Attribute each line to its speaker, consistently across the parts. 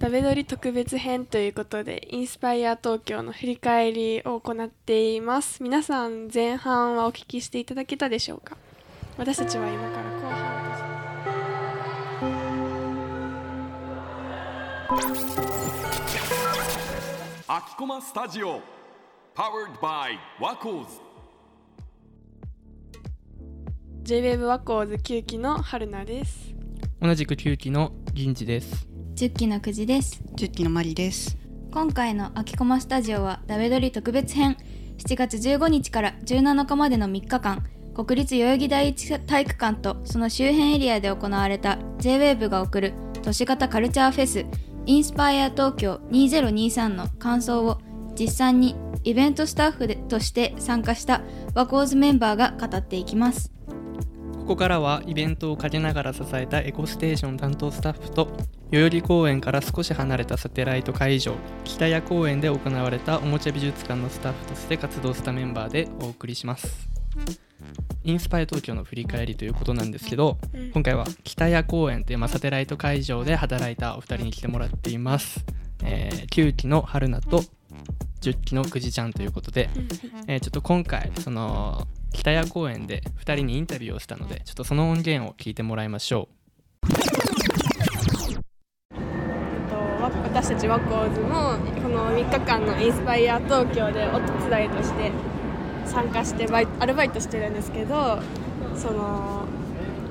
Speaker 1: 食べ鳥特別編ということでインスパイア東京の振り返りを行っています皆さん前半はお聞きしていただけたでしょうか私たちは今から後半です
Speaker 2: 秋駒スタジオ Powered by ワコーズ
Speaker 1: JWAVE ワコーズ9期の春菜です
Speaker 3: 同じく9期の銀次です
Speaker 4: 十期のくじです。
Speaker 5: 十期のマリです。
Speaker 4: 今回の秋駒スタジオはダベドリ特別編。7月15日から17日までの3日間、国立代々木第一体育館とその周辺エリアで行われた J-WAVE が送る都市型カルチャーフェスインスパイア東京2023の感想を実際にイベントスタッフでとして参加したワコーズメンバーが語っていきます。
Speaker 3: ここからはイベントをかけながら支えたエコステーション担当スタッフと代々木公園から少し離れたサテライト会場北谷公園で行われたおもちゃ美術館のスタッフとして活動したメンバーでお送りしますインスパイア東京の振り返りということなんですけど
Speaker 1: うん
Speaker 3: 今回は北谷公園というまあサテライト会場で働いたお二人に来てもらっています、えー9期の春菜と10期のくじちゃんということで
Speaker 1: うん
Speaker 3: えーちょっと今回その北谷公園で2人にインタビューをしたのでちょっとその音源を聞いてもらいましょ
Speaker 1: とわ私たちワコーズもこの3日間のインスパイア東京でお手伝いとして参加してバイアルバイトしてるんですけどその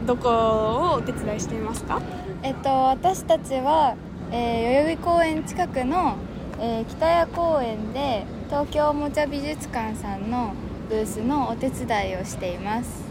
Speaker 1: どこをお手伝いしていますか
Speaker 4: えっと、私たちは、えー代々木公園近くの、えー北谷公園で東京おもちゃ美術館さんのブースのお手伝いをしています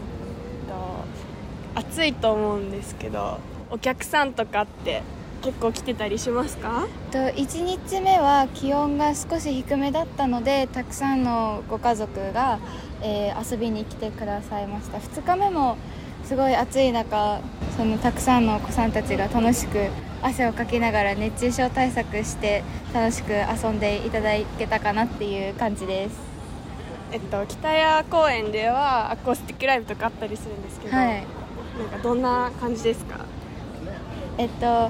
Speaker 1: と暑いと思うんですけどお客さんとかって結構来てたりしますか
Speaker 4: えっと1日目は気温が少し低めだったのでたくさんのご家族が、えー遊びに来てくださいました2日目もすごい暑い中そのたくさんのお子さんたちが楽しく汗をかきながら熱中症対策して楽しく遊んでいただけたかなっていう感じです
Speaker 1: えっと北谷公園ではアコースティックライブとかあったりするんですけど、
Speaker 4: はい、
Speaker 1: なんかどんな感じですか
Speaker 4: えっと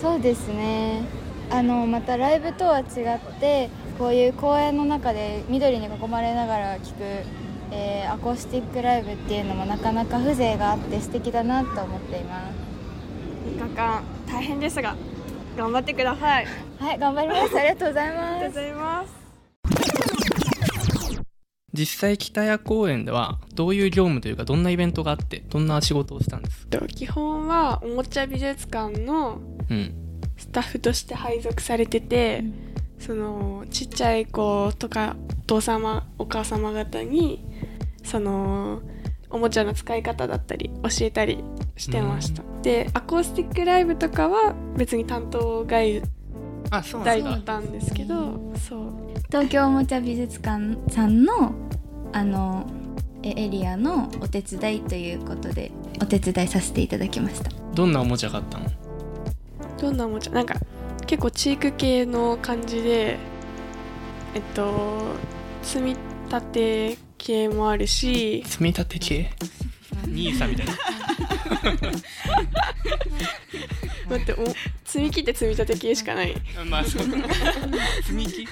Speaker 4: そうですねあのまたライブとは違ってこういう公園の中で緑に囲まれながら聴く、えーアコースティックライブっていうのもなかなか風情があって素敵だなと思っていま
Speaker 1: 3日間大変ですが頑張ってください
Speaker 4: すはい頑張り ますありがとうござい
Speaker 1: ありがと
Speaker 4: ま
Speaker 1: うご
Speaker 4: す
Speaker 1: ざいます
Speaker 3: う実際北谷公園ではどういう業務というかどんなイベントがあってどんな仕事をしたんですか
Speaker 1: えっと基本はおもちゃ美術館の
Speaker 3: うん
Speaker 1: スタッフとして配属されてて、
Speaker 4: うん
Speaker 1: そのちっちゃい子とかお父様お母様方にそのおもちゃの使い方だったり教えたりしてました、でアコースティックライブとかは別に担当外
Speaker 3: あそう
Speaker 1: だ
Speaker 3: なんだ
Speaker 1: ったんですけどそう
Speaker 4: 東京おもちゃ美術館さんのあのエリアのお手伝いということでお手伝いさせていただきました
Speaker 3: どんなおもちゃがあったの
Speaker 1: どんなおもちゃなんか結構チーク系の感じでえっと積み立て系もあるし
Speaker 3: 積み立て系ニーサみたいな
Speaker 1: 待ってお積み木って積み立て系しかない
Speaker 3: まあそう積み木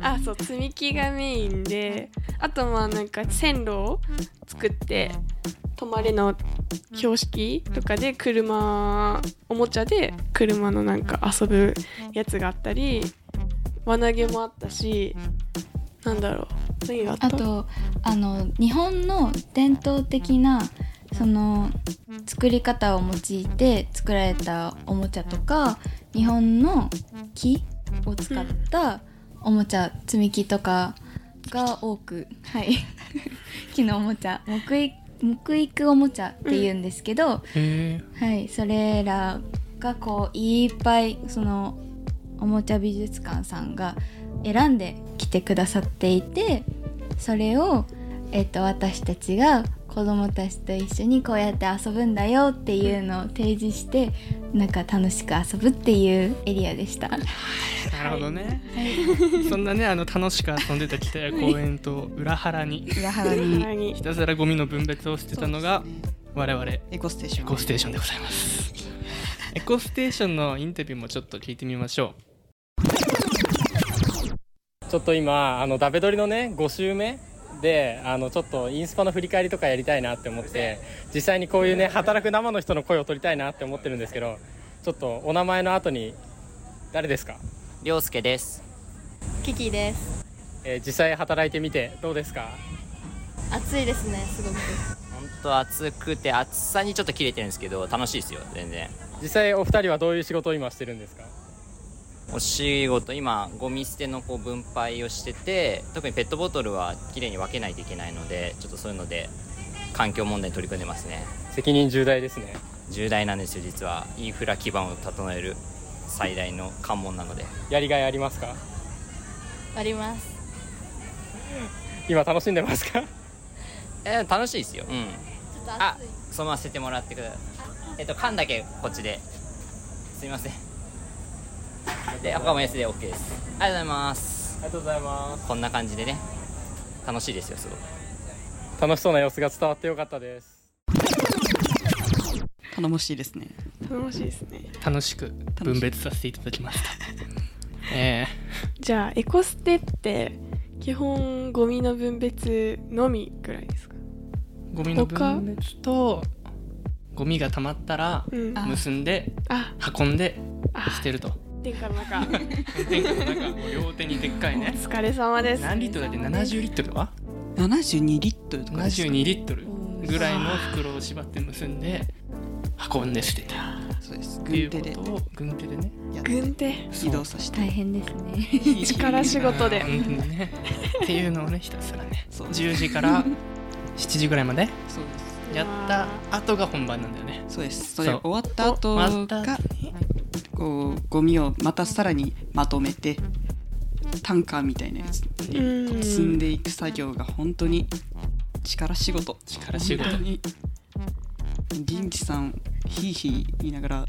Speaker 1: あそう積み木がメインであとまあなんか線路を作って止まれの標識とかで車おもちゃで車のなんか遊ぶやつがあったり輪投げもあったしなんだろう何があった
Speaker 4: あとあの日本の伝統的なその作り方を用いて作られたおもちゃとか日本の木を使ったおもちゃ積み木とかが多く、はい 木のおもちゃ木育木育おもちゃっていうんですけど、
Speaker 3: へ
Speaker 4: はい、それらがこういっぱいそのおもちゃ美術館さんが選んできてくださっていてそれを、えっと私たちが子どもたちと一緒にこうやって遊ぶんだよっていうのを提示してなんか楽しく遊ぶっていうエリアでした。
Speaker 3: えなるほどね、そんなねあの楽しく遊んでた北谷公園と裏腹に
Speaker 5: 裏腹に
Speaker 1: 腹に
Speaker 3: ひたすらゴミの分別をしてたのが、
Speaker 5: そうですね
Speaker 3: 我々エ
Speaker 5: エコステーション。
Speaker 3: コステーションでございますエコステーションのインタビューもちょっと聞いてみましょ
Speaker 6: ちょっと今あのダベドリのね5週目であのちょっとインスパの振り返りとかやりたいなって思って実際にこういうね働く生の人の声を取りたいなって思ってるんですけどちょっとお名前の後に誰ですか、
Speaker 7: りょうすけです
Speaker 8: キキです
Speaker 6: えー実際働いてみてどうですか
Speaker 8: 暑いですねすごく
Speaker 7: 本当暑くて暑さにちょっと切れてるんですけど楽しいですよ全然
Speaker 6: 実際お二人はどういう仕事を今してるんですか
Speaker 7: お仕事今ゴミ捨てのこう分配をしてて特にペットボトルはきれいに分けないといけないのでちょっとそういうので環境問題に取り組んでますね
Speaker 6: 責任重大ですね
Speaker 7: 重大なんですよ実はインフラ基盤を整える最大の関門なので
Speaker 6: やりがいありますか
Speaker 8: あります
Speaker 6: 今楽しんでますか
Speaker 7: えー楽しいですようん
Speaker 8: ちょっと
Speaker 7: あ
Speaker 8: 暑い
Speaker 7: そのまま捨ててもらってくださいえっと缶だけこっちですいませんで他も S で OK ですありがとうございます
Speaker 6: ありがとうございます
Speaker 7: こんな感じでね楽しいですよすごく
Speaker 6: 楽しそうな様子が伝わってよかったです
Speaker 5: 頼もしいですね。
Speaker 1: 楽しいですね
Speaker 3: う楽しく分別させていただきましたえ
Speaker 1: じゃあエコステって基本ゴミの分別のみぐらいですか
Speaker 3: ーゴミの分別とゴミがたまったら
Speaker 1: うんあ
Speaker 3: 結んで
Speaker 1: あ
Speaker 3: 運んで
Speaker 1: あ
Speaker 3: 捨てると
Speaker 1: てかなんか
Speaker 3: なんか両手にでっかい
Speaker 1: お
Speaker 3: ね
Speaker 1: 疲れ様です
Speaker 3: 何リットルだっけ70リットルは
Speaker 5: 72リットルとかですか。
Speaker 3: 72リットルぐらいの袋を縛って結んで運んで捨てた
Speaker 5: そうです。
Speaker 3: ってい
Speaker 5: 軍
Speaker 3: う
Speaker 5: 手で
Speaker 3: ことを軍手でね
Speaker 5: やって
Speaker 1: 軍手
Speaker 5: 移動させて。
Speaker 4: 大変ですね
Speaker 1: 力仕事で
Speaker 3: うんうんねっていうのをねひたすらね
Speaker 5: そう
Speaker 3: 10時から7時ぐらいまで
Speaker 5: そうです。
Speaker 3: やった後が本番なんだよね
Speaker 5: そうです。それ
Speaker 3: そう
Speaker 5: 終わった後
Speaker 3: 終わった
Speaker 5: が
Speaker 3: 後
Speaker 5: こうゴミをまたさらにまとめてタンカーみたいなやつ
Speaker 1: うん
Speaker 5: 積んでいく作業が本当に力仕事。
Speaker 3: 力仕事
Speaker 5: 本当に銀次さんひいひい言いながら。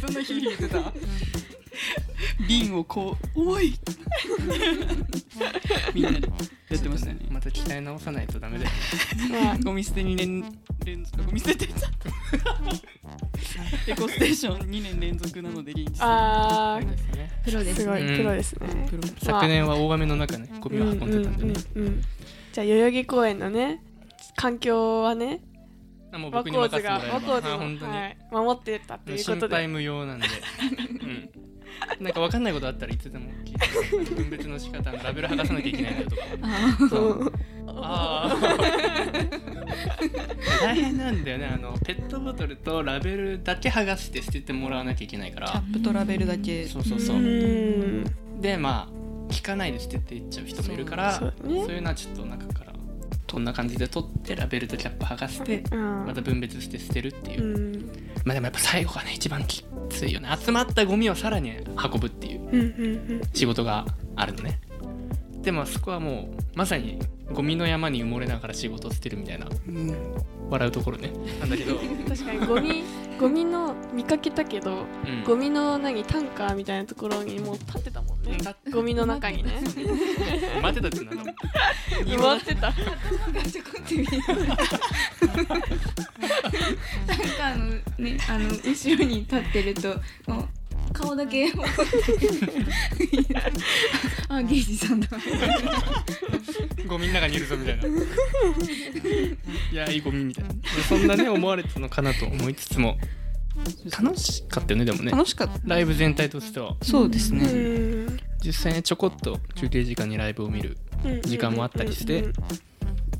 Speaker 5: そんなひいひい言ってた。瓶をこう重い。みんなでやってましたよね。
Speaker 3: また鍛え直さないとダメだよね
Speaker 1: まあ
Speaker 5: ゴミ捨て2年連続ゴミ捨てって言っちゃったエコステーション2年連続なのでリンチさん
Speaker 1: あー
Speaker 4: プロです
Speaker 1: すごいプロですね。
Speaker 5: プロ
Speaker 3: 昨年は大雨の中ねゴミを運んでたんでね
Speaker 1: うんうんうんうんじゃあ代々木公園のね環境はね
Speaker 3: あもう
Speaker 1: ワコ
Speaker 3: 僕に任
Speaker 1: ー
Speaker 3: せ
Speaker 1: ズ
Speaker 3: て
Speaker 1: が
Speaker 3: も
Speaker 1: ワ
Speaker 3: らえ
Speaker 1: コー
Speaker 3: ばあ
Speaker 1: ズ
Speaker 3: 本
Speaker 1: も
Speaker 3: 当に
Speaker 1: はい守ってたというこ
Speaker 3: 心
Speaker 1: と
Speaker 3: 配
Speaker 1: で
Speaker 3: 無用なんで、うん、なんか分かんないことあったらいつでも聞いて分別の仕方のラベル剥がさなきゃいけないんだよとか
Speaker 1: そう
Speaker 3: あー大変なんだよねあのペットボトルとラベルだけ剥がして捨ててもらわなきゃいけないか
Speaker 5: キャ
Speaker 3: ら
Speaker 5: ップとラベルだけ
Speaker 3: そうそうそううんでまあ聞かないで捨てていっちゃう人もいるから
Speaker 1: そ
Speaker 3: そうう
Speaker 1: そうね
Speaker 3: いうのはちょっと中からこんな感じで取ってラベルとキャップ剥がして
Speaker 1: うん
Speaker 3: また分別して捨てるっていうう、
Speaker 1: ん
Speaker 3: まあでもやっぱ最後がね一番きついよね集まったゴミをさらに運ぶっていう
Speaker 1: うんうん
Speaker 3: 仕事があるのねでもあそこはもうまさにゴミの山に埋もれながら仕事を捨てるみたいな
Speaker 5: うん
Speaker 3: 笑うところねなんだけど、
Speaker 1: うん確かにゴ ミゴミの見かけたけど
Speaker 3: うん
Speaker 1: ゴミの何タンカーみたいなところにもう立ってたもんね
Speaker 3: 立っ
Speaker 1: ゴミの中にね
Speaker 3: 待ってたってなんだもん
Speaker 1: 埋まってた
Speaker 4: ちょこって見えるなんかあのねあの後ろに立ってるともう顔だけあゲイジさんだ
Speaker 3: ゴミの中にいるぞみたいないやいいゴミみたいなそんなね思われてたのかなと思いつつも楽しかったよねでもね
Speaker 5: 楽しかった
Speaker 3: ライブ全体としては
Speaker 5: そうです
Speaker 1: う
Speaker 5: ね
Speaker 1: ん
Speaker 3: 実際にちょこっと休憩時間にライブを見る時間もあったりして
Speaker 1: うんうんうん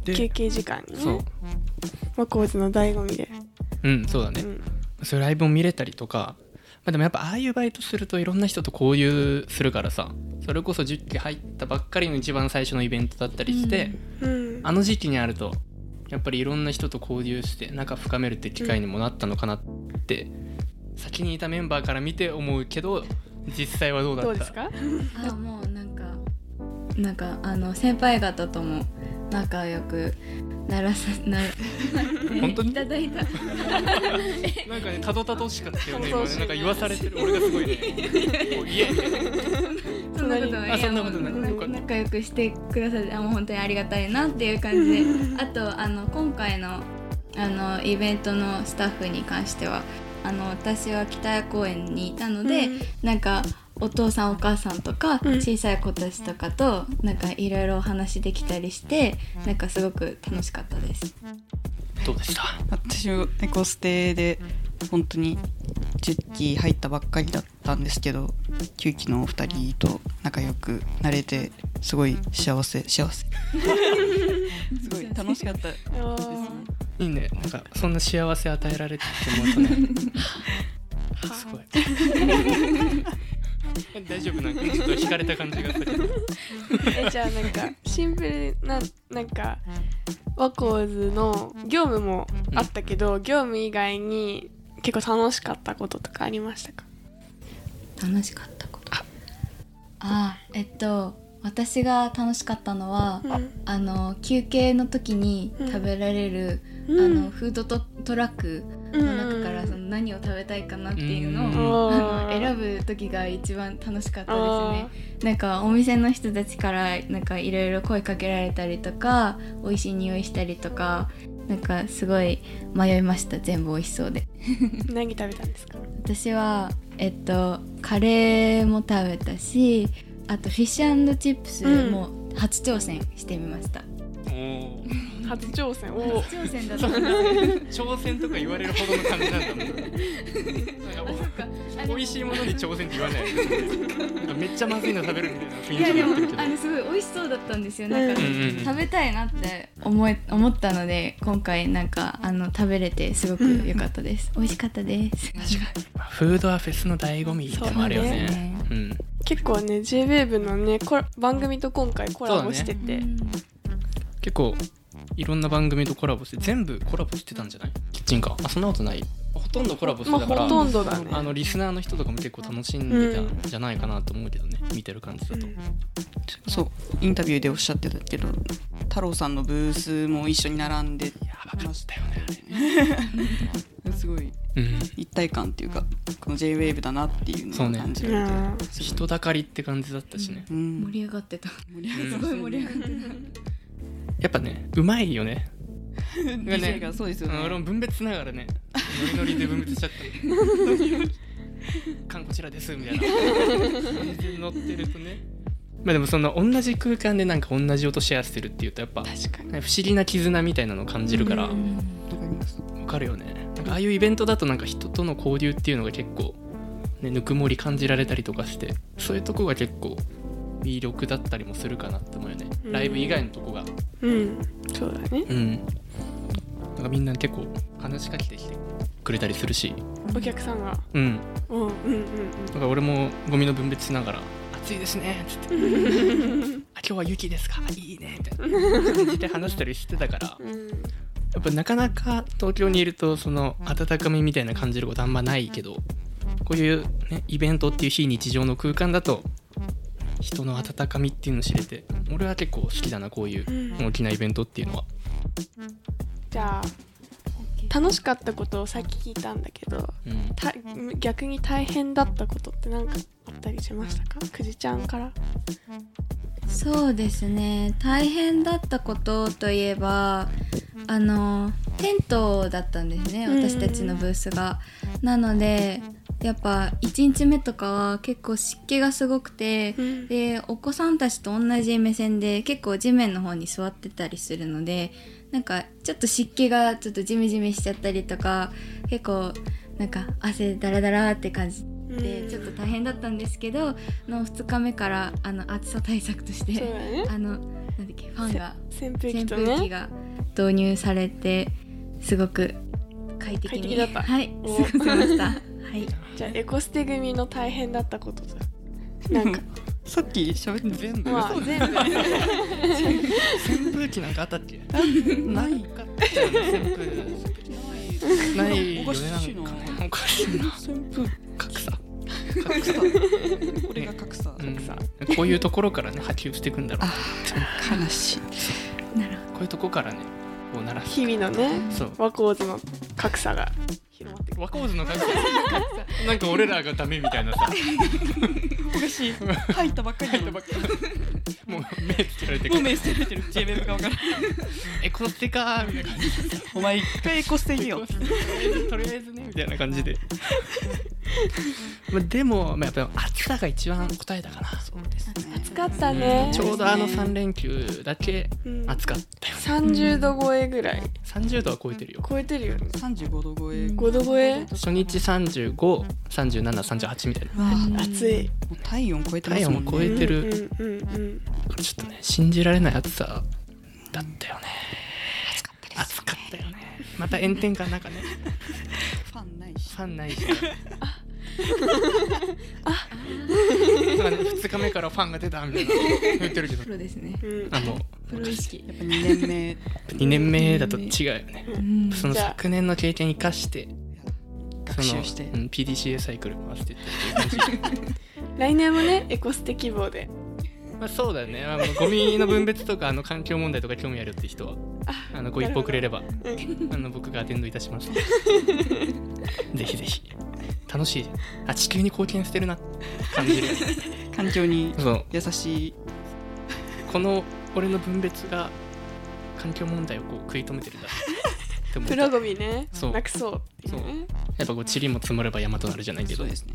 Speaker 3: で
Speaker 1: 休憩時間に
Speaker 3: そう
Speaker 1: ねマコーズの醍醐味で
Speaker 3: うんそうだね、
Speaker 1: うん
Speaker 3: そういうライブを見れたりとか、まあ、でもやっぱああいうバイトするといろんな人と交流するからさそれこそ10期入ったばっかりの一番最初のイベントだったりして、
Speaker 1: うん
Speaker 3: あの時期にあるとやっぱりいろんな人と交流して仲深めるって機会にもなったのかなって、先にいたメンバーから見て思うけど実際はどうだった
Speaker 1: どうですか
Speaker 9: あもうなんかなんかあの先輩方とも仲良くならさな
Speaker 3: 本当に
Speaker 9: いただいた
Speaker 3: なんかねたどたどしかった よね
Speaker 1: たど
Speaker 3: 今
Speaker 1: たどしい
Speaker 3: ねなんか言わされてる俺がすご いねおいえ
Speaker 9: そんなこと
Speaker 3: あ
Speaker 9: ない
Speaker 3: そんなことない
Speaker 9: やもう
Speaker 3: よかった
Speaker 9: 仲良くしてくださってあもう本当にありがたいなっていう感じであとあの今回の
Speaker 4: あのイベントのスタッフに関してはあの私は北谷公園にいたので、
Speaker 1: うん
Speaker 4: なんかお父さんお母さんとか
Speaker 1: うん
Speaker 4: 小さい子たちとかとなんかいろいろお話できたりしてなんかすごく楽しかったです。
Speaker 3: どうでした
Speaker 5: 私もエコステで本当に10期入ったばっかりだったんですけど9期のお二人と仲良くなれてすごい幸せ幸せすごい楽しかったですね
Speaker 1: あ
Speaker 3: いいねなんかそんな幸せ与えられてって思うとね
Speaker 1: ー
Speaker 3: すごい 大丈夫なんかちょっと惹かれた感じがする
Speaker 1: えじゃあなんかシンプルななんかワコーズの業務もあったけど、業務以外に結構楽しかったこととかありましたか
Speaker 4: 楽しかったことああえっと私が楽しかったのは、
Speaker 1: うん
Speaker 4: あの休憩の時に
Speaker 1: うん
Speaker 4: 食べられる、あのフードトトラックの中からその何を食べたいかなっていうのを、あの 選
Speaker 1: ぶ
Speaker 4: ぶ時が一番楽しかったですねなんかお店の人たちからなんかいろいろ声かけられたりとか美味しい匂いしたりとかなんかすごい迷いました全部美味しそうで
Speaker 1: 何食べたんですか
Speaker 4: 私はえっとカレーも食べたしあとフィッシュチップスも初挑戦してみました、
Speaker 1: 初挑戦を
Speaker 4: 初挑戦だった
Speaker 3: 挑戦とか言われるほどの感じなんだもんなんかお美味しいものに挑戦って言わないなんかめっちゃまずいの食べるみたいな雰
Speaker 4: いや
Speaker 3: 囲気
Speaker 4: で
Speaker 3: になってる
Speaker 4: も
Speaker 3: けど
Speaker 4: あれすごい美味しそうだったんですよなんか、
Speaker 3: うんうんうん
Speaker 4: 食べたいなって思え思ったので今回なんかあの食べれてすごく良かったです、美味しかったです
Speaker 3: まあフードはフェスの醍醐味でもあるよね
Speaker 4: そうね
Speaker 3: うん、
Speaker 1: 結構ね JWAVE のねコラ番組と今回コラボしてて、
Speaker 3: 結構いろんな番組とコラボして全部コラボしてたんじゃないキッチンカーあそんなことないほとんどコラボして
Speaker 1: まあ
Speaker 3: たから、
Speaker 1: ほとんどだね
Speaker 3: あのリスナーの人とかも結構楽しんでたんじゃないかなと思うけどね、見てる感じだと、
Speaker 5: そうインタビューでおっしゃってたけど太郎さんのブースも一緒に並んで
Speaker 3: やばかったよね
Speaker 5: すごい
Speaker 3: あれね、
Speaker 5: 一体感っていうかこの JWAVE だなっていう
Speaker 3: そう
Speaker 5: のを
Speaker 3: ね
Speaker 5: 感じ
Speaker 1: う
Speaker 5: られて、
Speaker 1: ん
Speaker 3: うん、人だかりって感じだったしね、
Speaker 5: うん
Speaker 4: 盛り上がってた
Speaker 3: うん
Speaker 4: すごい盛り上がって
Speaker 3: やっぱねうまいよね
Speaker 5: ね DJ がそうですよ
Speaker 3: あの俺も
Speaker 5: ね
Speaker 3: 分別しながらねノリノリで分別しちゃった缶こちらですみたいな感じで乗ってるとねまあでもその同じ空間でなんか同じ音シェアしてるっていうとやっぱ
Speaker 1: 確かに
Speaker 3: 不思議な絆みたいなのを感じるから
Speaker 1: うん
Speaker 5: わかります
Speaker 3: わかるよねなんかああいうイベントだとなんか人との交流っていうのが結構、ね、ぬくもり感じられたりとかしてそういうとこが結構魅力だったりもするかなって思うよね
Speaker 1: うん
Speaker 3: ライブ以外のとこが
Speaker 1: うんそうだね
Speaker 3: うんなんかみんな結構話しかけてきてくれたりするし
Speaker 1: お客さんが
Speaker 3: うん
Speaker 1: うんうんうんうん
Speaker 3: だから俺もゴミの分別しながら「暑いですね」っつ って「あ今日は雪ですかいいね」みたいな感じで話したりしてたから
Speaker 1: うん
Speaker 3: やっぱなかなか東京にいるとその温かみみたいな感じることあんまないけどこういう、ね、イベントっていう非日常の空間だと人の温かみっていうのを知れて俺は結構好きだなこういう
Speaker 1: うん
Speaker 3: 大きなイベントっていうのは。
Speaker 1: じゃあ楽しかったことをさっき聞いたんだけど
Speaker 3: うん
Speaker 1: た逆に大変だったことって何かあったりしましたかくじちゃんから
Speaker 4: そうですね大変だったことといえばあのテントだったんですね
Speaker 1: うん
Speaker 4: 私たちのブースが。なのでやっぱ1日目とかは結構湿気がすごくて、
Speaker 1: うん
Speaker 4: でお子さんたちと同じ目線で結構地面の方に座ってたりするのでなんかちょっと湿気がちょっとジメジメしちゃったりとか結構なんか汗だらだらって感じでちょっと大変だったんですけどあの2日目からあの暑さ対策とし
Speaker 1: そうだ
Speaker 4: て
Speaker 1: ね
Speaker 4: あのなんだっけファンが
Speaker 1: 扇風機
Speaker 4: 扇
Speaker 1: と
Speaker 4: 風機
Speaker 1: ね
Speaker 4: が導入されてすごく快適
Speaker 1: 快
Speaker 4: に
Speaker 1: 適だった
Speaker 4: はい過
Speaker 1: お
Speaker 4: ごせま した。はい
Speaker 1: じゃあエコステ組の大変だったこと となんか
Speaker 5: さっき喋って
Speaker 3: 全部、
Speaker 1: まあ全部
Speaker 3: 扇風機 なんかあったっけかっ
Speaker 5: ない
Speaker 3: たよね扇風機ないよねなんかねおかしいな
Speaker 5: 扇風
Speaker 3: 格差
Speaker 5: 格差これが格差、
Speaker 3: うんこういうところからね波及していくんだろうな
Speaker 5: 悲しい
Speaker 4: なる
Speaker 3: こ
Speaker 4: ほ
Speaker 3: ういうとこからねこう鳴らす
Speaker 1: 日々のね
Speaker 3: そう
Speaker 1: 和光図の格差が広まってくる
Speaker 3: 和光図の格差 なんか俺らがダメみたいなさ
Speaker 5: おかしい入ったばっかりだもん
Speaker 3: もう目つけられて
Speaker 5: もう目捨ててる JWEB が分からん
Speaker 3: エコステかーみたいな感じ
Speaker 5: お前一回エコ捨てによ
Speaker 3: とりあえずねみたいな感じでまあでも、まあ、やっぱ暑さが一番答えだから
Speaker 1: 暑かったね
Speaker 3: ちょうどあの3連休だけ
Speaker 1: うん
Speaker 3: 暑かったよ
Speaker 1: 30度超えぐらい
Speaker 3: 30度は超えてるよ
Speaker 1: 超えてるよね
Speaker 5: 35度超え
Speaker 1: 5度超え
Speaker 3: 初日353738みたいな
Speaker 1: 暑い
Speaker 5: もう体温超えてま
Speaker 3: 体
Speaker 5: すも
Speaker 3: 温
Speaker 5: ん
Speaker 3: も
Speaker 5: ね
Speaker 3: 超えてる
Speaker 1: うんうんうん
Speaker 3: ちょっとね信じられない暑さだったよね暑かったよねまた炎天下の中ね
Speaker 5: ファンないし
Speaker 3: ファンないし。あ、あ、なんかね二日目からファンが出たみたいな言ってるけど
Speaker 9: プ、ロですね
Speaker 1: うん
Speaker 3: あの
Speaker 9: プロ意識
Speaker 5: やっぱ2年目
Speaker 3: 二年目だと違うよね。
Speaker 9: うん
Speaker 3: その
Speaker 1: じゃあ
Speaker 3: 昨年の経験生かして、
Speaker 5: 学習して
Speaker 3: そのうん PDCA サイクル回してっていう感じ。
Speaker 1: 来年もねエコステ希望で
Speaker 3: まあそうだよね。あのゴミの分別とかあの環境問題とか興味あるって人は、あのご一報くれれば、あの僕がアテンドいたしますので。ぜひぜひ。楽しい。あ地球に貢献してるなって感じる。
Speaker 5: 環境に
Speaker 3: そう。
Speaker 5: 優しい
Speaker 3: この俺の分別が環境問題をこう食い止めてるんだって思った
Speaker 1: プロゴミね
Speaker 3: そう
Speaker 1: なくそうっていうね
Speaker 3: やっぱこう塵も積もれば山となるじゃないけど
Speaker 5: そう
Speaker 3: うん
Speaker 5: ですね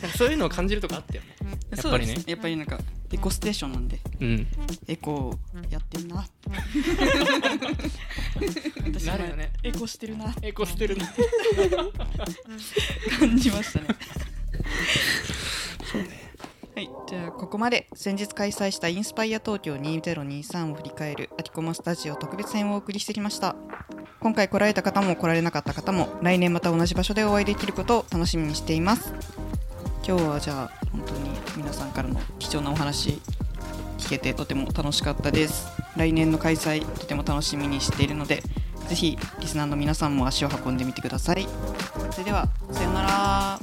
Speaker 3: なんかそういうのを感じるとかあったよねやっぱりね
Speaker 5: やっぱりなんかエコステーションなんで
Speaker 3: うん
Speaker 5: エコやってんな私
Speaker 3: なるよね
Speaker 5: エコしてるなって
Speaker 3: エコしてるな
Speaker 5: 感じましたねはい、じゃあここまで先日開催したインスパイア東京2023を振り返るアキコマスタジオ特別編をお送りしてきました今回来られた方も来られなかった方も来年また同じ場所でお会いできることを楽しみにしています今日はじゃあ本当に皆さんからの貴重なお話聞けてとても楽しかったです来年の開催とても楽しみにしているのでぜひリスナーの皆さんも足を運んでみてくださいそれではさようなら